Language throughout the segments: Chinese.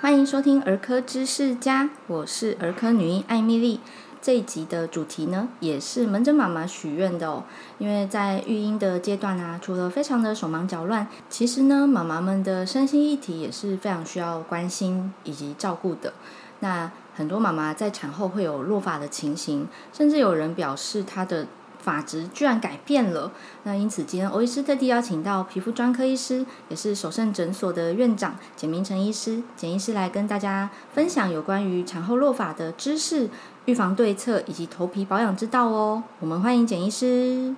欢迎收听儿科知识家，我是儿科女医艾米丽。这一集的主题呢，也是门诊妈妈许愿的哦。因为在育婴的阶段啊，除了非常的手忙脚乱，其实呢，妈妈们的身心议题也是非常需要关心以及照顾的。那很多妈妈在产后会有落发的情形，甚至有人表示她的发质居然改变了。那因此，今天欧医师特地邀请到皮肤专科医师，也是首盛诊所的院长简明成医师，简医师来跟大家分享有关于产后落发的知识、预防对策以及头皮保养之道哦。我们欢迎简医师。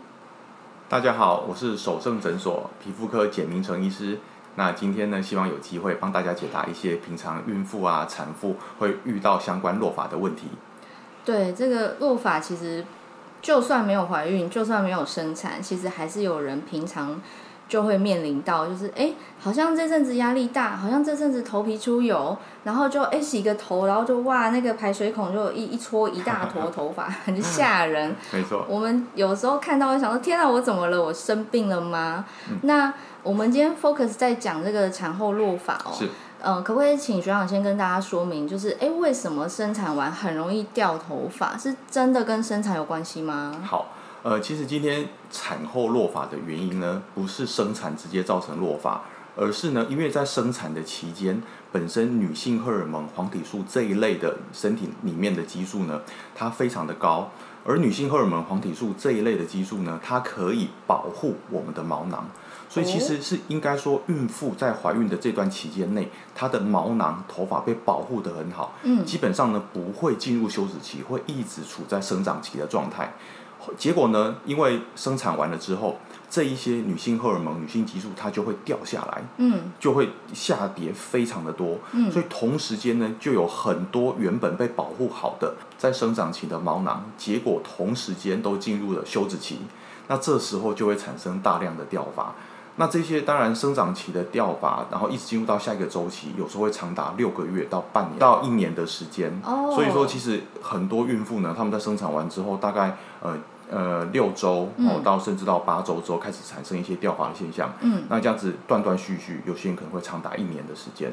大家好，我是首盛诊所皮肤科简明成医师。那今天呢，希望有机会帮大家解答一些平常孕妇啊、产妇会遇到相关落发的问题。对这个落发，其实就算没有怀孕，就算没有生产，其实还是有人平常就会面临到，就是哎，诶好像这阵子压力大，好像这阵子头皮出油，然后就哎洗个头，然后就哇那个排水孔就一一搓一大坨头发， 很吓人。没错，我们有时候看到会想说：“天啊，我怎么了？我生病了吗？”那我们今天 focus 在讲这个产后落发哦。是。呃，可不可以请学长先跟大家说明，就是哎，诶为什么生产完很容易掉头发？是真的跟生产有关系吗？好，呃，其实今天产后落发的原因呢，不是生产直接造成落发，而是呢，因为在生产的期间，本身女性荷尔蒙、黄体素这一类的身体里面的激素呢，它非常的高。而女性荷尔蒙、黄体素这一类的激素呢，它可以保护我们的毛囊，所以其实是应该说，孕妇在怀孕的这段期间内，她的毛囊、头发被保护得很好，嗯基本上呢不会进入休止期，会一直处在生长期的状态。结果呢，因为生产完了之后，这一些女性荷尔蒙、女性激素它就会掉下来，嗯就会下跌非常的多。嗯所以同时间呢，就有很多原本被保护好的在生长期的毛囊，结果同时间都进入了休止期。那这时候就会产生大量的掉发。那这些当然生长期的掉发，然后一直进入到下一个周期，有时候会长达六个月到半年到一年的时间。哦所以说，其实很多孕妇呢，她们在生产完之后，大概呃呃六周哦嗯到甚至到八周之后，开始产生一些掉发的现象。嗯，那这样子断断续续，有些人可能会长达一年的时间。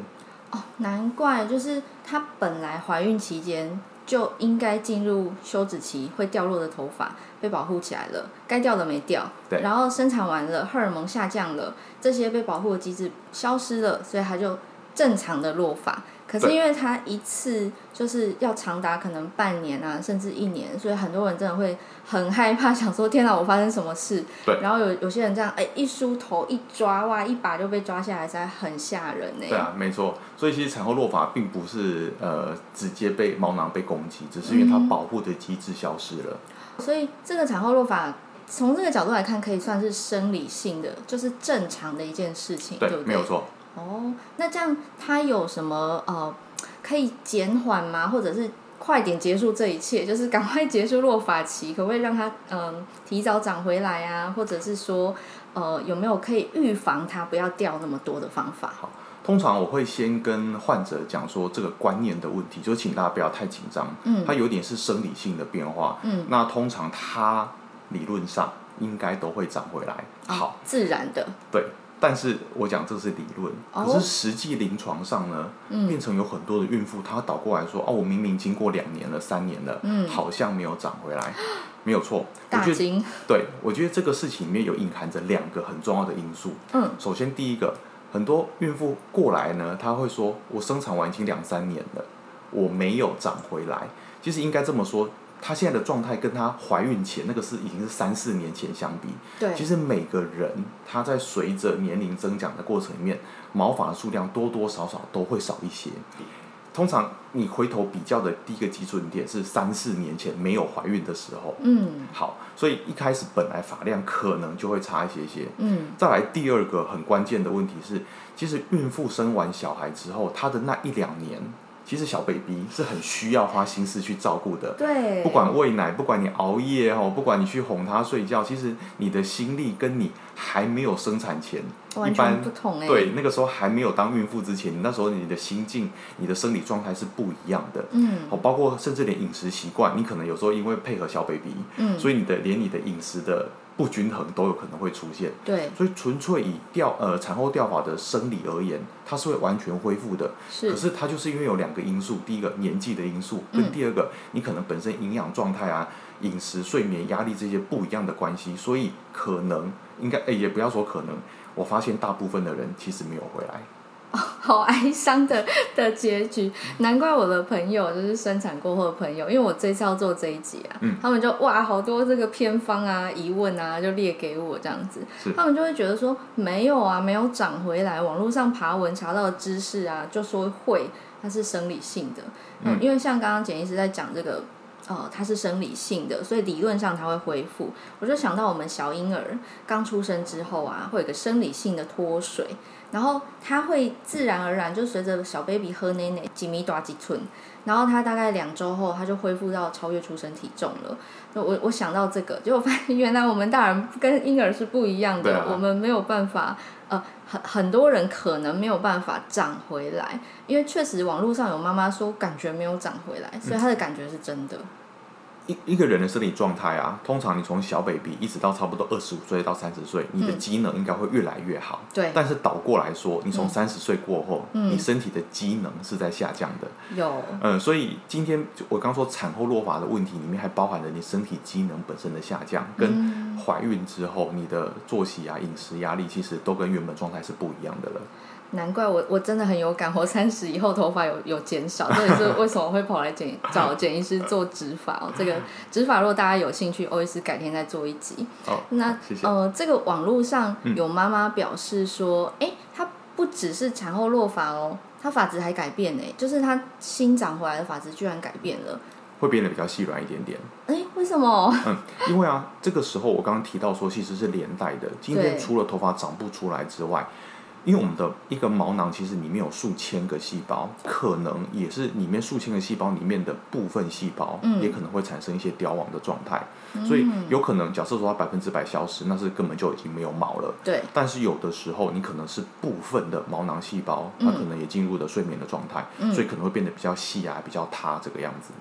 哦，难怪，就是她本来怀孕期间就应该进入休止期，会掉落的头发被保护起来了，该掉的没掉，对然后生产完了，荷尔蒙下降了，这些被保护的机制消失了，所以她就正常的落发。可是对因为她一次就是要长达可能半年啊，甚至一年，所以很多人真的会很害怕，想说天哪，我发生什么事？对然后有有些人这样，哎，一梳头一抓哇，一把就被抓下来，实在很吓人欸呢、对啊，没错。所以其实产后落发并不是呃直接被毛囊被攻击，只是因为它嗯保护的机制消失了。所以这个产后落发，从这个角度来看，可以算是生理性的，就是正常的一件事情，对，不对？没有。错。哦，那这样它有什么呃可以减缓吗？或者是快点结束这一切，就是赶快结束落发期，可不可以让它嗯、提早长回来啊？或者是说呃有没有可以预防它不要掉那么多的方法？通常我会先跟患者讲说这个观念的问题，就请大家不要太紧张，嗯它有点是生理性的变化，嗯，那通常它理论上应该都会长回来。哦好，自然的，对，但是我讲这是理论，哦嗯可是实际临床上呢，变成有很多的孕妇她倒过来说，哦，我明明经过两年了、三年了，嗯好像没有长回来， 没有错，我大觉得惊，对，我觉得这个事情里面有隐含着两个很重要的因素，嗯首先第一个，很多孕妇过来呢，她会说：“我生产完已经两三年了，我没有长回来。”其实应该这么说，她现在的状态跟她怀孕前那个是已经是三四年前相比。对，其实每个人她在随着年龄增长的过程里面，毛发的数量多多少少都会少一些。通常你回头比较的第一个基准点是三四年前没有怀孕的时候。嗯好，所以一开始本来发量可能就会差一些些，嗯再来第二个很关键的问题是，其实孕妇生完小孩之后，她的那一两年，其实小 baby 是很需要花心思去照顾的。对，不管喂奶，不管你熬夜哦，不管你去哄她睡觉，其实你的心力跟你还没有生产前，一完全般不同哎、对，那个时候还没有当孕妇之前，你那时候你的心境、你的生理状态是不一样的。嗯好，包括甚至连饮食习惯，你可能有时候因为配合小 baby，嗯，所以你的连你的饮食的不均衡都有可能会出现。对，所以纯粹以掉呃产后掉发的生理而言，它是会完全恢复的。可是是它就是因为有两个因素，第一个年纪的因素，跟嗯第二个、你可能本身营养状态啊、饮食、睡眠、压力这些不一样的关系，所以可能应该诶、也不要说可能，我发现大部分的人其实没有回来。 好哀伤的的结局，难怪我的朋友就是生产过后的朋友，因为我这次要做这一集啊，嗯他们就哇好多这个偏方啊、疑问啊，就列给我这样子是，他们就会觉得说没有啊，没有长回来，网络上爬文查到的知识啊，就说会它是生理性的，嗯，因为像刚刚简医师在讲这个。呃，它是生理性的，所以理论上它会恢复。我就想到我们小婴儿刚出生之后啊，会有一个生理性的脱水，然后它会自然而然就随着小 baby 喝奶奶几米多几寸，然后它大概两周后，它就恢复到超越出生体重了。那我我想到这个，结果发现原来我们大人跟婴儿是不一样对的，啊我们没有办法。呃，很很多人可能没有办法长回来，因为确实网络上有妈妈说感觉没有长回来，嗯所以她的感觉是真的。一一个人的生理状态啊，通常你从小 baby 一直到差不多二十五岁到三十岁，你的嗯机能应该会越来越好。对，但是倒过来说，你从三十岁过后，嗯你身体的机能是在下降的。有嗯，所以今天就我刚说产后落发的问题里面，还包含了你身体机能本身的下降，跟怀孕之后你的作息啊、饮食、压力，其实都跟原本状态是不一样的了。难怪我我真的很有感，我三十以后头发有有减少，这也是为什么会跑来 剪找剪医师做植发哦。这个植发如果大家有兴趣，欧医师改天再做一集。哦，那好谢谢。呃，这个网络上嗯有妈妈表示说，哎、她不只是产后落发哦，她发质还改变呢，就是她新长回来的发质居然改变了。会变得比较细软一点点，哎、为什么？ 嗯，因为啊，这个时候我刚刚提到说，其实是连带的。今天对除了头发长不出来之外，因为我们的一个毛囊其实里面有数千个细胞，可能也是里面数千个细胞里面的部分细胞，嗯也可能会产生一些凋亡的状态。所以有可能，假设说它百分之百消失，那是根本就已经没有毛了。对，但是有的时候，你可能是部分的毛囊细胞，它嗯可能也进入了睡眠的状态，嗯所以可能会变得比较细啊，比较塌这个样子。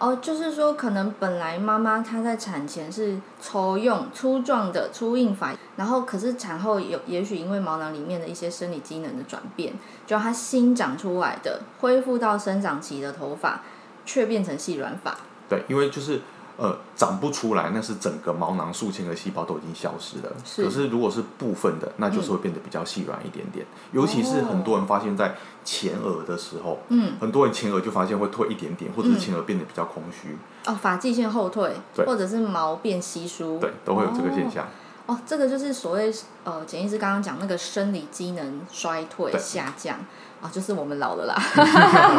哦，就是说，可能本来妈妈她在产前是抽用粗壮的粗硬法，然后可是产后有也许因为毛囊里面的一些生理机能的转变，就她新长出来的恢复到生长期的头发，却变成细软发。对，因为就是呃长不出来，那是整个毛囊数千个细胞都已经消失了。是可是如果是部分的，那就是会变得比较细软一点点。尤其是很多人发现，在前额的时候，哦嗯，很多人前额就发现会退一点点，或者是嗯前额变得比较空虚，哦，发际线后退，对或者是毛变稀疏，对，都会有这个现哦象。哦，这个就是所谓呃，简医师刚刚讲那个生理机能衰退对下降啊、就是我们老了啦。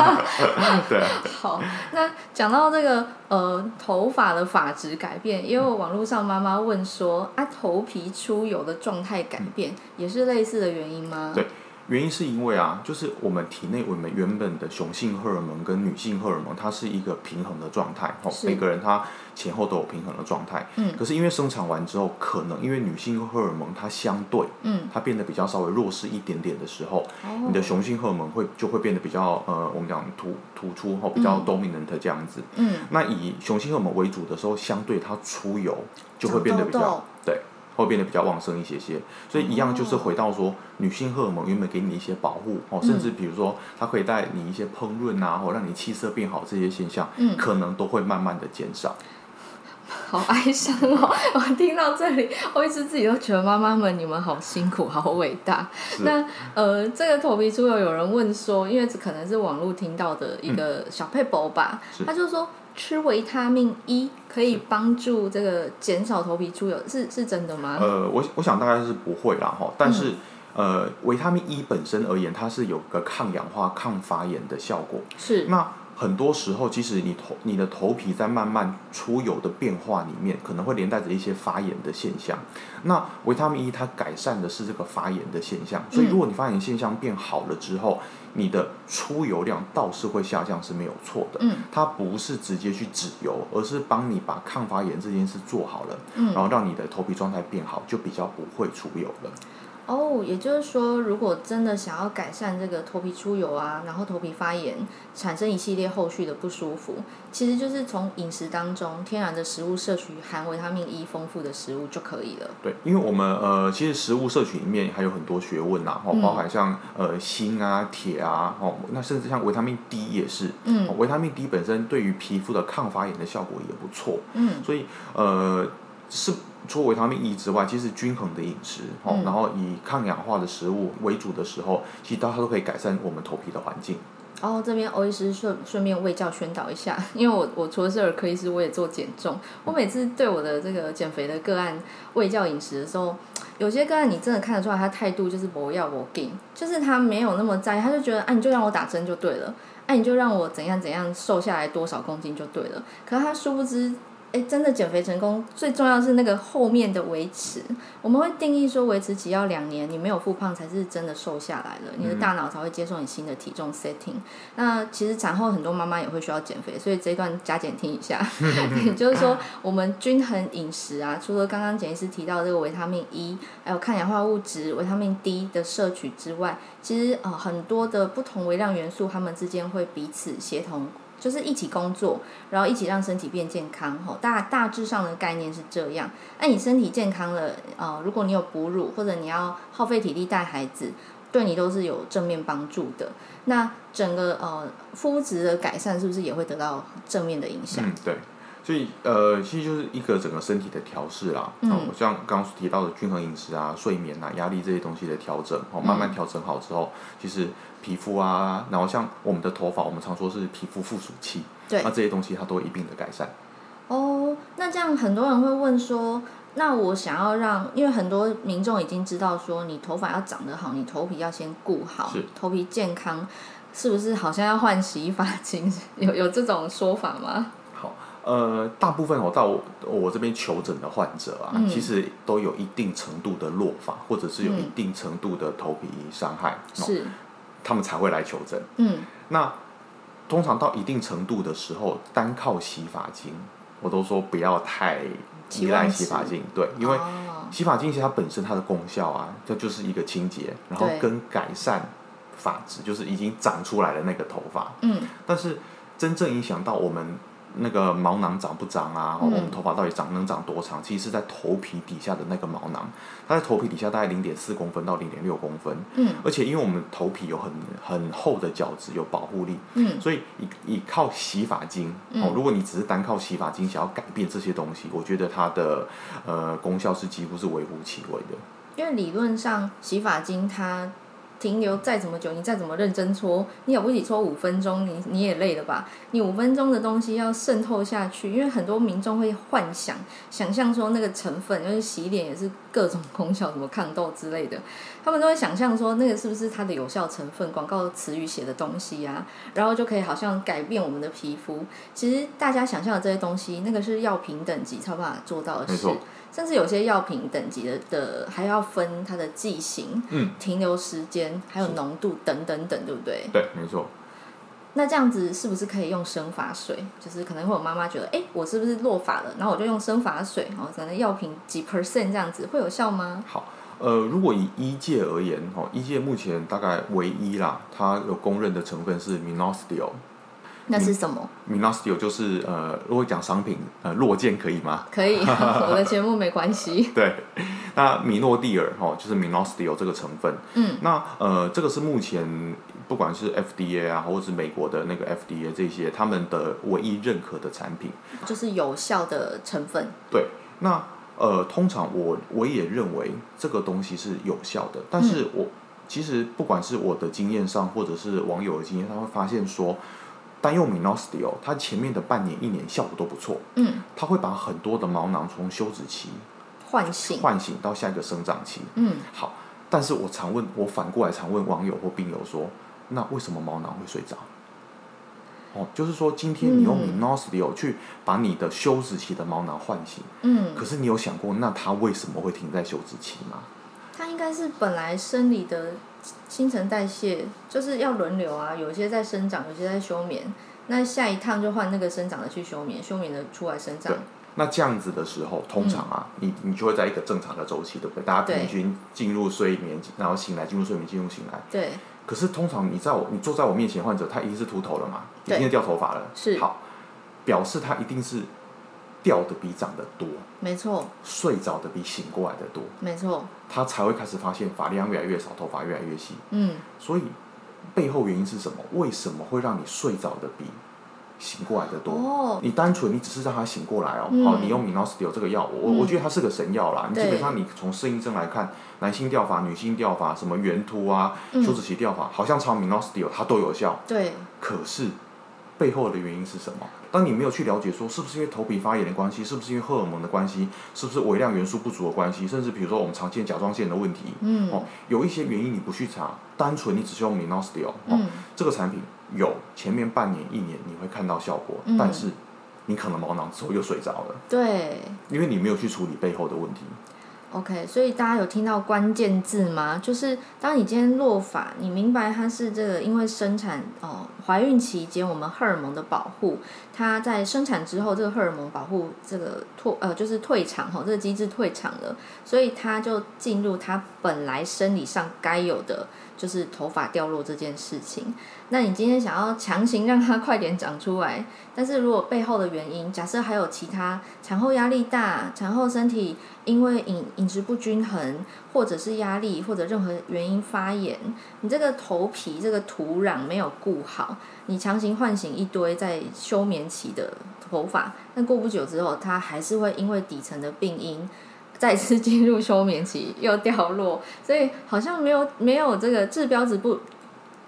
对啊，好，那讲到这个呃头发的发质改变，因为网络上妈妈问说啊头皮出油的状态改变、也是类似的原因吗？对原因是因为啊，就是我们体内我们原本的雄性荷尔蒙跟女性荷尔蒙，它是一个平衡的状态，哦，是每个人他前后都有平衡的状态。嗯可是因为生产完之后，可能因为女性荷尔蒙它相对嗯，它变得比较稍微弱势一点点的时候，哦，你的雄性荷尔蒙会就会变得比较呃，我们讲突突出哦，比较 dominant 这样子。嗯那以雄性荷尔蒙为主的时候，相对它出油就会变得比较长痘痘对，会变得比较旺盛一些些。所以一样就是回到哦说，女性荷尔蒙原本给你一些保护嗯哦，甚至比如说它可以带你一些烹润啊，或让你气色变好这些现象，嗯可能都会慢慢的减少。好哀伤哦！ 我听到这里，我一直自己都觉得妈妈们你们好辛苦，好伟大。那呃，这个头皮出油，有人问说，因为这可能是网络听到的一个小配博吧，嗯是他就说吃维他命 E 可以帮助这个减少头皮出油，是是真的吗？呃，我我想大概是不会啦哈，但是、呃，维他命 E 本身而言，它是有个抗氧化、抗发炎的效果。是，那很多时候，即使你头你的头皮在慢慢出油的变化里面，可能会连带着一些发炎的现象。那维他命 E 它改善的是这个发炎的现嗯象，所以如果你发炎现象变好了之后，你的出油量倒是会下降是没有错的。嗯，它不是直接去止油，而是帮你把抗发炎这件事做好了，嗯然后让你的头皮状态变好，就比较不会出油了。哦，也就是说，如果真的想要改善这个头皮出油啊，然后头皮发炎，产生一系列后续的不舒服，其实就是从饮食当中天然的食物摄取含维他命 E 丰富的食物就可以了。对，因为我们呃，其实食物摄取里面还有很多学问呐、哦，嗯包含像呃锌啊、铁啊，哦，那甚至像维他命 D 也是，哦嗯维他命 D 本身对于皮肤的抗发炎的效果也不错，嗯所以呃是除了维他命 E 之外，其实均衡的饮食，哦，嗯然后以抗氧化的食物为主的时候，其实它都可以改善我们头皮的环境。然哦后这边欧医师顺顺便为教宣导一下， 因为我我除了是儿科医师，我也做减重。我每次对我的这个减肥的个案喂教饮食的时候，有些个案你真的看得出来，他态度就是不要我给，就是他没有那么在意，他就觉得啊，你就让我打针就对了，哎、你就让我怎样怎样瘦下来多少公斤就对了。可是他殊不知。哎，真的减肥成功，最重要是那个后面的维持。我们会定义说，维持只要两年，你没有复胖才是真的瘦下来了，你的大脑才会接受你新的体重 setting。那其实产后很多妈妈也会需要减肥，所以这一段加减听一下，也 就是说我们均衡饮食啊，除了刚刚简医师提到这个维他命 E，还有抗氧化物质、维他命 D 的摄取之外，其实呃很多的不同微量元素，它们之间会彼此协同。就是一起工作，然后一起让身体变健康吼，大大致上的概念是这样。那你身体健康了，呃，如果你有哺乳或者你要耗费体力带孩子，对你都是有正面帮助的。那整个呃肤质的改善是不是也会得到正面的影响？嗯，对。所以呃，其实就是一个整个身体的调试啦，嗯哦像刚刚提到的均衡饮食啊、睡眠啊、压力这些东西的调整，哦，慢嗯慢调整好之后，其实皮肤啊，然后像我们的头发，我们常说是皮肤附属器，对那这些东西它都会一并的改善。哦，那这样很多人会问说，那我想要让，因为很多民众已经知道说，你头发要长得好，你头皮要先顾好是，头皮健康，是不是好像要换洗衣发精？ 有有这种说法吗？好，呃，大部分哦，到我我这边求诊的患者啊，嗯其实都有一定程度的落发，或者是有一嗯定程度的头皮伤害，哦是，他们才会来求诊。嗯，那通常到一定程度的时候，单靠洗发精，我都说不要太依赖洗发精，对，因为哦洗发精其实它本身它的功效啊，它就是一个清洁，然后对跟改善发质，就是已经长出来的那个头发，嗯，但是真正影响到我们。那个毛囊长不长啊？嗯我们头发到底长能长多长？其实是在头皮底下的那个毛囊，它在头皮底下大概零点四公分到零点六公分，嗯而且因为我们头皮有很很厚的角质，有保护力，嗯所以你你靠洗发精、哦嗯，如果你只是单靠洗发精想要改变这些东西，我觉得它的呃功效是几乎是微乎其微的。因为理论上洗发精它停留再怎么久，你再怎么认真搓，你了不起搓五分钟，你你也累了吧？你五分钟的东西要渗透下去，因为很多民众会幻想、想象说那个成分，因为洗脸也是各种功效，什么抗痘之类的，他们都会想象说那个是不是它的有效成分、广告词语写的东西啊，然后就可以好像改变我们的皮肤。其实大家想象的这些东西，那个是药品等级才有办法做到的没事错。甚至有些药品等级的的还要分它的剂型、嗯，停留时间、还有浓度等等等，对不对？对，没错。那这样子是不是可以用生发水？就是可能会有妈妈觉得，哎、我是不是落发了？然后我就用生发水，然后可能药品几 percent 这样子会有效吗？呃，如果以医界而言，哦，医界目前大概唯一啦，它有公认的成分是 minoxidil。那是什么？ minoxidil 就是呃，如果讲商品，呃，落健可以吗？可以，我的节目没关系。对，那米诺地尔哦，就是 minoxidil 这个成分，嗯，那呃，这个是目前不管是 FDA 啊，或者是美国的那个 FDA 这些，他们的唯一认可的产品。就是有效的成分。对，那呃，通常我我也认为这个东西是有效的，但是嗯我、其实不管是我的经验上，或者是网友的经验上，会发现说，单用 minoxidil 它前面的半年一年效果都不错，嗯，它会把很多的毛囊从休止期唤醒。唤醒到下一个生长期。嗯，好，但是我常问，我反过来常问网友或病友说，那为什么毛囊会睡着？哦，就是说今天你用嗯 minoxidil 去把你的休止期的毛囊唤醒，嗯，可是你有想过，那它为什么会停在休止期吗？它应该是本来生理的新陈代谢就是要轮流啊，有些在生长，有些在休眠。那下一趟就换那个生长的去休眠，休眠的出来生长对。那这样子的时候，通常啊，嗯你你就会在一个正常的周期，对不对？大家对平均进入睡眠，然后醒来，进入睡眠，进入醒来。对，可是通常你在我你坐在我面前，患者他一定是秃头了嘛，一对定是掉头发了，是好，表示他一定是掉的比长得多，没错，睡着的比醒过来的多，没错，他才会开始发现发量越来越少，头发越来越细。嗯，所以背后原因是什么？为什么会让你睡着的比醒过来的多？哦，你单纯你只是让他醒过来哦，好、嗯你用 minoxidil 这个药，我、我觉得它是个神药啦。你基对本上你从适应症来看，男性掉发、女性掉发，什么圆秃啊、嗯休止期掉发，好像超 minoxidil 它都有效。对，可是背后的原因是什么？当你没有去了解说是不是因为头皮发炎的关系，是不是因为荷尔蒙的关系，是不是微量元素不足的关系，甚至比如说我们常见甲状腺的问题，嗯哦，有一些原因你不去查，单纯你只是用 minoxidil，哦、嗯，这个产品有前面半年一年你会看到效果，嗯但是你可能毛囊之后又睡着了，对。因为你没有去处理背后的问题。 OK，所以大家有听到关键字吗？就是当你今天落法，你明白它是这个，因为生产哦，怀孕期间我们荷尔蒙的保护，它在生产之后，这个荷尔蒙保护这个退呃就是退场哈、哦，这个机制退场了，所以它就进入它本来生理上该有的，就是头发掉落这件事情。那你今天想要强行让它快点长出来，但是如果背后的原因，假设还有其他产后压力大、产后身体因为饮饮食不均衡，或者是压力，或者任何原因发炎，你这个头皮这个土壤没有顾好，你强行唤醒一堆在休眠期的头发，但过不久之后，它还是会因为底层的病因。再次进入休眠期，又掉落，所以好像没有没有这个治标治不，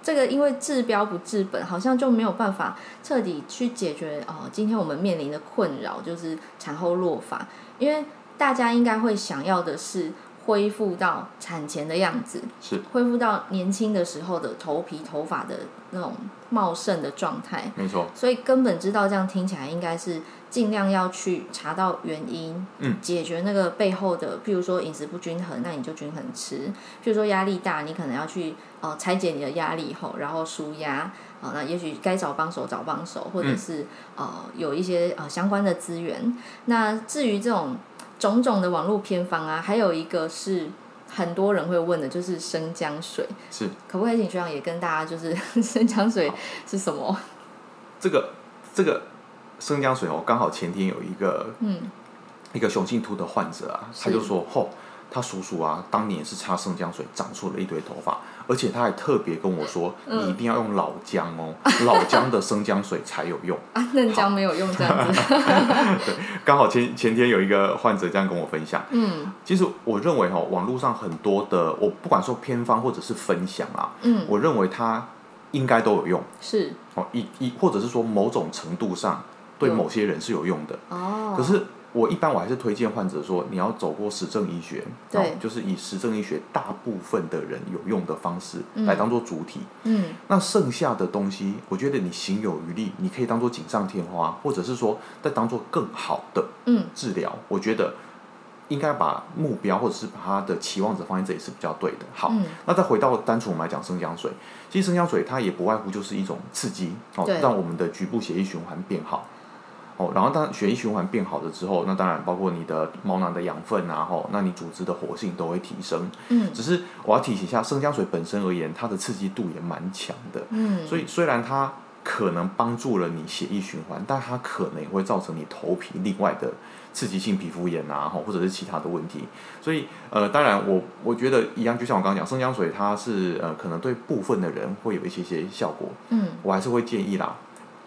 这个因为治标不治本，好像就没有办法彻底去解决哦。今天我们面临的困扰就是产后落发，因为大家应该会想要的是恢复到产前的样子，是，恢复到年轻的时候的头皮头发的那种茂盛的状态。没错，所以根本知道这样听起来应该是尽量要去查到原因，嗯，解决那个背后的，譬如说饮食不均衡，那你就均衡吃；譬如说压力大，你可能要去呃拆解你的压力后，然后舒压。啊、那也许该找帮手找帮手，或者嗯是、呃有一些呃相关的资源。那至于这种种种的网络偏方啊，还有一个是很多人会问的，就是生姜水，是可不可以请学长也跟大家就是 生姜水是什么？这个这个生姜水哦，刚好前天有一个嗯，一个雄性秃的患者啊，是他就说吼。他叔叔啊，当年是擦生姜水长出了一堆头发，而且他还特别跟我说，嗯你一定要用老姜哦，老姜的生姜水才有用。 啊，嫩姜没有用这样子。刚好前前天有一个患者这样跟我分享，嗯其实我认为哈、网络上很多的，我不管说偏方或者是分享啊，嗯，我认为它应该都有用是哦，一一或者是说某种程度上对有某些人是有用的。哦。可是我一般我还是推荐患者说，你要走过实证医学，对哦就是以实证医学大部分的人有用的方式嗯来当做主体。嗯那剩下的东西，我觉得你行有余力，你可以当做锦上添花，或者是说再当做更好的嗯治疗，我觉得应该把目标或者是把他的期望值放在这里是比较对的。好，嗯那再回到单纯我们来讲生姜水，其实生姜水它也不外乎就是一种刺激哦对，让我们的局部血液循环变好。哦，然后当血液循环变好了之后，那当然包括你的毛囊的养分啊，吼、那你组织的活性都会提升。嗯只是我要提醒一下，生姜水本身而言，它的刺激度也蛮强的，嗯，所以虽然它可能帮助了你血液循环，但它可能也会造成你头皮另外的刺激性皮肤炎啊，吼或者是其他的问题。所以呃，当然我我觉得一样，就像我刚刚讲，生姜水它是呃可能对部分的人会有一些些效果，嗯我还是会建议啦。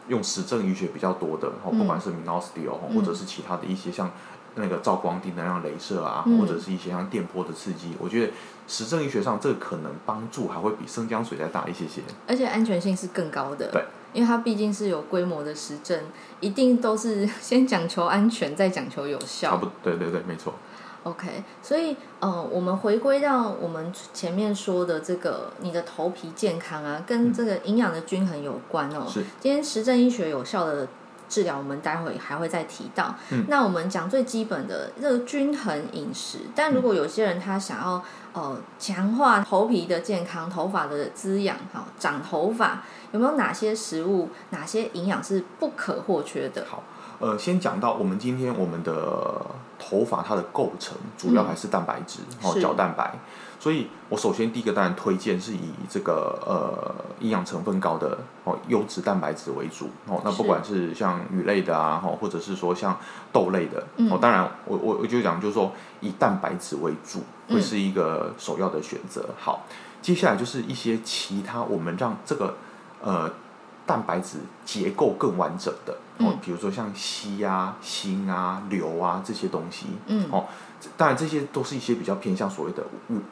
用实证医学比较多的，吼嗯不管是 minoxidil 吼嗯或者是其他的一些像那个照光低能量镭射啊，嗯或者是一些像电波的刺激，我觉得实证医学上这个可能帮助还会比生姜水再大一些些。而且安全性是更高的。对。因为它毕竟是有规模的实证，一定都是先讲求安全，再讲求有差效不。多，对对对，没错。 OK，所以呃，我们回归到我们前面说的这个，你的头皮健康啊，跟这个营养的均衡有关哦。嗯是今天实证医学有效的治疗，我们待会还会再提到。嗯那我们讲最基本的这个均衡饮食，但嗯如果有些人他想要呃强化头皮的健康、头发的滋养、好长头发，有没有哪些食物、哪些营养是不可或缺的？好，呃，先讲到我们今天我们的头发它的构成，主要还是蛋白质，哦，嗯是角蛋白。所以我首先第一个当然推荐是以这个呃营养成分高的哦优质蛋白质为主哦。那是不管是像鱼类的啊，哦，或者是说像豆类的、嗯哦，当然我我我就讲就是说以蛋白质为主嗯会是一个首要的选择。好，接下来就是一些其他我们让这个呃蛋白质结构更完整的哦嗯，比如说像硒啊、锌啊、硫啊这些东西。嗯，哦这当然，这些都是一些比较偏向所谓的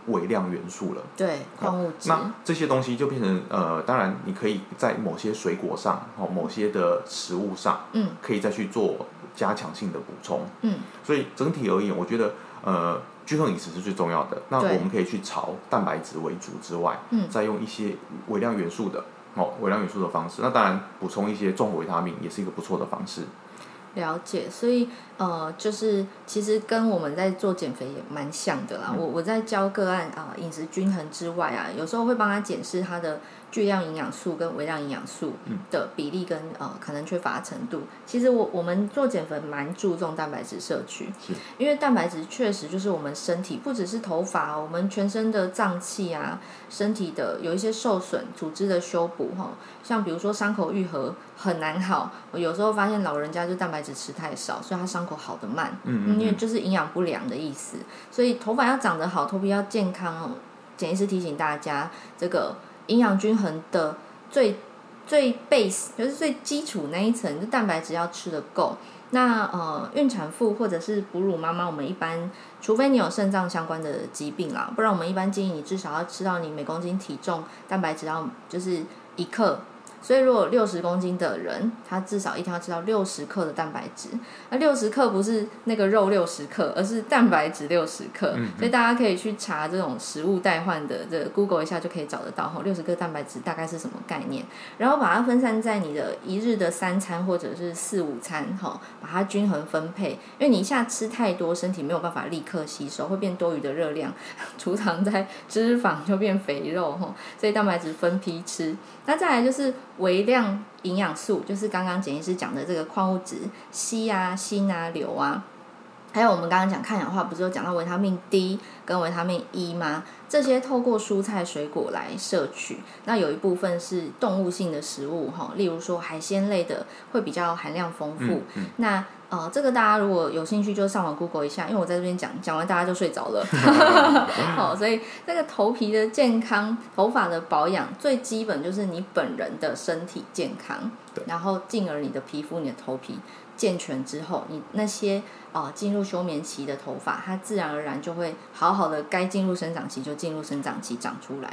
微微量元素了。对，矿物质。那这些东西就变成呃，当然你可以在某些水果上、哦某些的食物上，嗯可以再去做加强性的补充。嗯，所以整体而言，我觉得呃，均衡饮食是最重要的。那对我们可以去朝蛋白质为主之外，嗯再用一些微量元素的哦，微量元素的方式。那当然补充一些综合维他命也是一个不错的方式。了解，所以呃，就是其实跟我们在做减肥也蛮像的啦。我我在教个案啊、饮食均衡之外啊，有时候会帮他检视他的巨量营养素跟微量营养素的比例跟呃可能缺乏程度。其实我我们做减肥蛮注重蛋白质摄取是，因为蛋白质确实就是我们身体不只是头发，哦我们全身的脏器啊，身体的有一些受损，组织的修补哈，像比如说伤口愈合很难好，我有时候发现老人家就蛋白质吃太少，所以他伤口好得慢，嗯嗯因为嗯，就是营养不良的意思。所以头发要长得好，头皮要健康哦。简医师提醒大家，这个营养均衡的最最 base 就是最基础那一层，就蛋白质要吃的够。那呃，孕产妇或者是哺乳妈妈，我们一般，除非你有肾脏相关的疾病啦，不然我们一般建议你至少要吃到你每公斤体重蛋白质要就是一克。所以，如果六十公斤的人，他至少一天要吃到六十克的蛋白质。那啊六十克不是那个肉六十克，而是蛋白质六十克。所以大家可以去查这种食物代换的，这个 Google 一下就可以找得到。吼，六十克蛋白质大概是什么概念？然后把它分散在你的一日的三餐或者是四五餐，哈，把它均衡分配。因为你一下吃太多，身体没有办法立刻吸收，会变多余的热量， 储藏在脂肪就变肥肉，哈。所以蛋白质分批吃。那再来就是微量营养素，就是刚刚简医师讲的这个矿物质，硒啊、锌啊、硫啊。还有我们刚刚讲抗氧化，不是有讲到维他命 D 跟维他命 E 吗？这些透过蔬菜水果来摄取，那有一部分是动物性的食物哈，例如说海鲜类的会比较含量丰富。那呃，这个大家如果有兴趣，就上网 Google 一下，因为我在这边讲讲完，大家就睡着了。 好，所以那个头皮的健康、头发的保养，最基本就是你本人的身体健康对，然后进而你的皮肤、你的头皮健全之后，你那些呃进入休眠期的头发，它自然而然就会好好的该进入生长期就进入生长期长出来。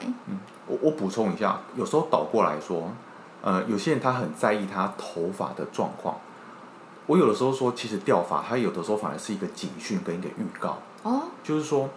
我我补充一下，有时候倒过来说，呃，有些人他很在意他头发的状况。我有的时候说，其实掉发，它有的时候反而是一个警讯跟一个预告。哦，就是说，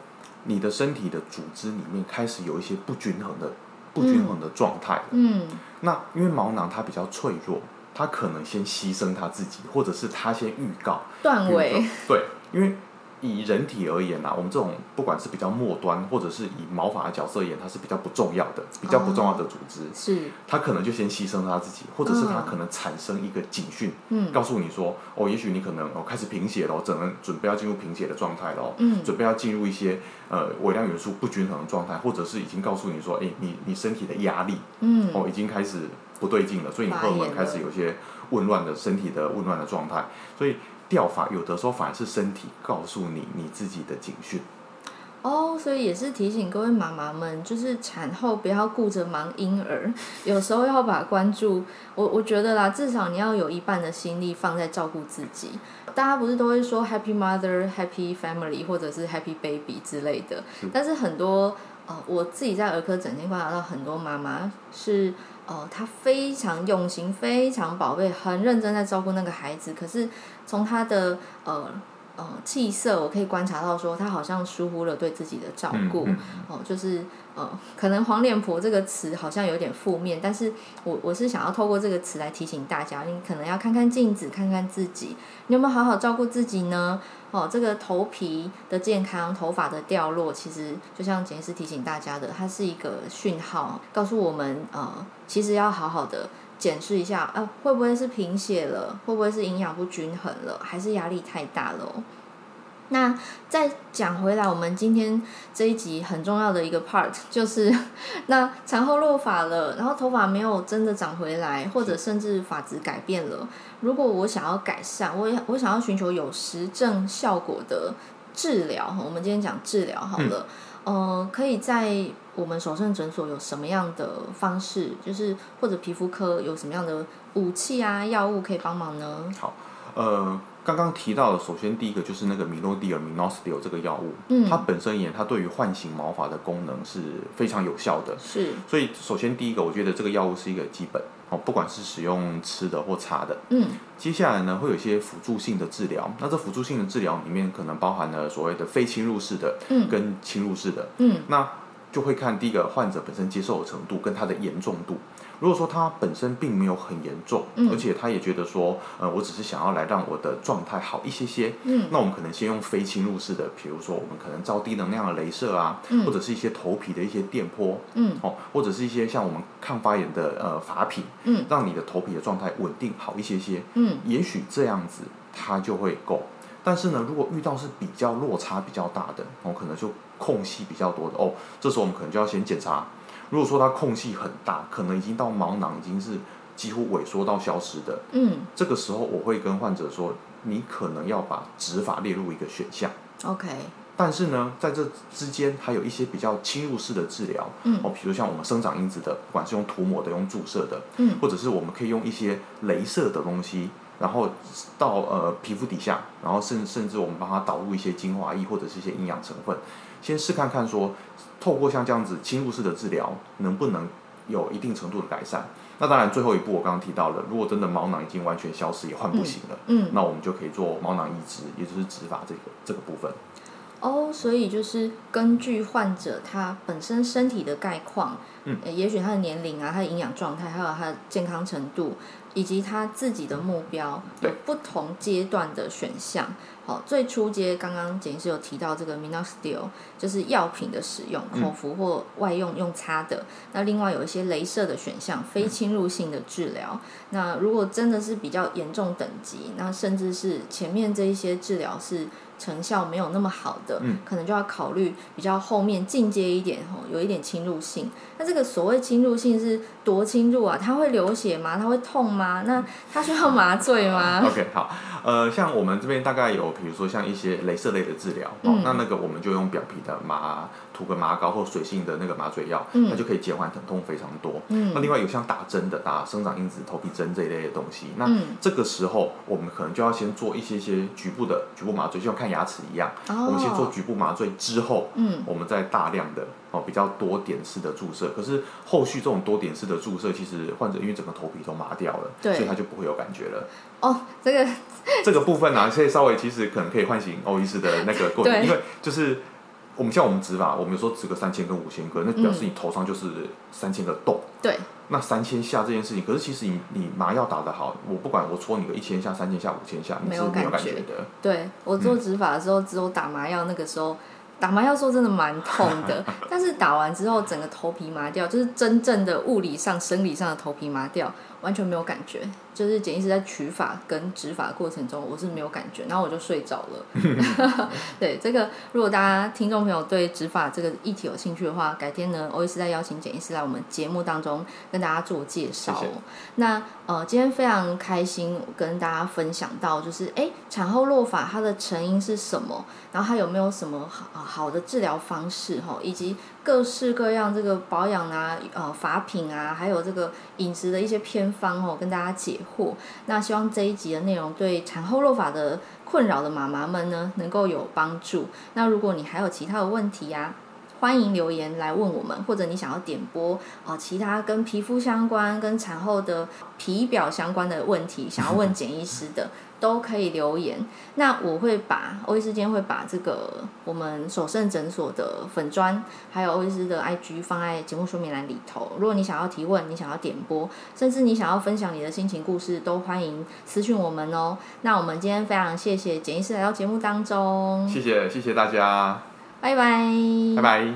你的身体的组织里面开始有一些不均衡的不均衡的状态了。嗯，那因为毛囊它比较脆弱，它可能先牺牲它自己，或者是它先预告。比断如尾说， 对，因为以人体而言啊，我们这种不管是比较末端，或者是以毛发的角色而言，它是比较不重要的、比较不重要的组织，是，它可能就先牺牲它自己，或者是它哦嗯可能产生一个警讯，嗯告诉你说，哦，也许你可能哦开始贫血咯，整个人准备要进入贫血的状态咯，嗯准备要进入一些呃微量元素不均衡的状态，或者是已经告诉你说，哎，你你身体的压力嗯，哦已经开始不对劲了，所以你发荷尔蒙炎开了始有一些紊乱的身体的紊乱的状态，所以掉发有的时候反而是身体告诉你你自己的警讯，哦，所以也是提醒各位妈妈们，就是产后不要顾着忙婴儿， 有时候要把关注，我我觉得啦，至少你要有一半的心力放在照顾自己。大家不是都会说 Happy Mother, Happy Family 或者是 Happy Baby 之类的，嗯嗯但是很多呃，我自己在儿科诊间观察到啊很多妈妈是呃，她非常用心、非常宝贝、很认真在照顾那个孩子，可是从她的呃呃气色，我可以观察到说她好像疏忽了对自己的照嗯顾。嗯哦，就是呃，可能“黄脸婆”这个词好像有点负面，但是我我是想要透过这个词来提醒大家，你可能要看看镜子，看看自己，你有没有好好照顾自己呢？哦，这个头皮的健康、头发的掉落，其实就像简医师提醒大家的，它是一个讯号，告诉我们呃，其实要好好的。检视一下，啊，会不会是贫血了？会不会是营养不均衡了？还是压力太大了、哦？那再讲回来，我们今天这一集很重要的一个 part 就是，那产后落发了，然后头发没有真的长回来，或者甚至发质改变了。如果我想要改善，我也我想要寻求有实证效果的治疗，哈我们今天讲治疗好了。呃，可以在我们首胜诊所有什么样的方式，就是或者皮肤科有什么样的武器啊、药物可以帮忙呢？呃，刚刚提到的，首先第一个就是那个米诺地尔 （minoxidil） 这个药物，嗯它本身也它对于唤醒毛发的功能是非常有效的。是，所以，首先第一个，我觉得这个药物是一个基本哦，不管是使用吃的或擦的。嗯，接下来呢，会有一些辅助性的治疗。那这辅助性的治疗里面，可能包含了所谓的非侵入式的，嗯跟侵入式的，嗯，那就会看第一个患者本身接受的程度跟他的严重度。如果说他本身并没有很严重，嗯而且他也觉得说，呃，我只是想要来让我的状态好一些些，嗯，那我们可能先用非侵入式的，比如说我们可能照低能量的镭射啊，嗯或者是一些头皮的一些电波，嗯，哦，或者是一些像我们抗发炎的呃法品，嗯，让你的头皮的状态稳定好一些些，嗯，也许这样子它就会够。但是呢，如果遇到是比较落差比较大的，哦，可能就空隙比较多的哦，这时候我们可能就要先检查。如果说它空隙很大，可能已经到毛囊已经是几乎萎缩到消失的，嗯这个时候我会跟患者说，你可能要把植发列入一个选项。 ，OK，但是呢，在这之间还有一些比较侵入式的治疗，嗯哦，比如像我们生长因子的，不管是用涂抹的、用注射的，嗯或者是我们可以用一些镭射的东西，然后到呃皮肤底下，然后甚甚至我们帮它导入一些精华液或者是一些营养成分，先试看看说，透过像这样子侵入式的治疗，能不能有一定程度的改善。那当然，最后一步我刚刚提到了，如果真的毛囊已经完全消失，也换不行了，嗯。那我们就可以做毛囊移植，也就是植发这个这个部分。哦，所以就是根据患者他本身身体的概况，嗯呃，也许他的年龄啊、他的营养状态，还有他的健康程度，以及他自己的目标，有对不同阶段的选项。好，最初阶刚刚简是有提到这个 minoxidil，就是药品的使用，嗯口服或外用用擦的。那另外有一些镭射的选项，嗯非侵入性的治疗。那如果真的是比较严重等级，那甚至是前面这一些治疗是成效没有那么好的，嗯可能就要考虑比较后面进阶一点吼，有一点侵入性。那这个所谓侵入性是多侵入啊？它会流血吗？它会痛吗？那它需要麻醉吗？ OK，好，呃，像我们这边大概有，比如说像一些镭射类的治疗、哦嗯，那那个我们就用表皮的麻涂个麻膏或水性的那个麻醉药，嗯它就可以减缓疼痛非常多。嗯那另外有像打针的打生长因子头皮针这一类的东西，那嗯这个时候我们可能就要先做一些些局部的局部麻醉，就像看牙齿一样，哦我们先做局部麻醉之后，嗯我们再大量的哦比较多点式的注射。可是后续这种多点式的注射，其实患者因为整个头皮都麻掉了，对所以他就不会有感觉了。哦，这个这个部分呢、啊，可以稍微其实可能可以唤醒欧医师的那个过对程，因为就是我们像我们植发，我们有时候植个三千跟五千个，那表示嗯你头上就是三千个洞。对那三千下这件事情，可是其实你你麻药打得好，我不管我戳你个一千下、三千下、五千下，你没是有没感有感觉觉的。对，我做植发的时候，只有打麻药，那个时候打麻药时候真的蛮痛的，但是打完之后整个头皮麻掉，就是真正的物理上、生理上的头皮麻掉，完全没有感觉。就是简医师在取法跟植发过程中，我是没有感觉，然后我就睡着了。对，这个如果大家听众朋友对植发这个议题有兴趣的话，改天呢，欧医师再邀请简医师来我们节目当中跟大家做介绍、哦。谢谢那呃，今天非常开心跟大家分享到，就是哎，诶产后落发它的成因是什么，然后它有没有什么好呃好的治疗方式哈，以及各式各样这个保养啊、呃发品啊，还有这个饮食的一些偏方哦，跟大家解惑。那希望这一集的内容对产后落发的困扰的妈妈们呢，能够有帮助。那如果你还有其他的问题啊，欢迎留言来问我们，或者你想要点播呃其他跟皮肤相关、跟产后的皮表相关的问题，想要问简医师的，都可以留言。那我会把欧医师今天会把这个我们首胜诊所的粉砖，还有欧医师的 IG 放在节目说明栏里头。如果你想要提问，你想要点播，甚至你想要分享你的心情故事，都欢迎私讯我们哦。那我们今天非常谢谢简医师来到节目当中，谢谢谢谢大家，拜拜，嗯拜拜。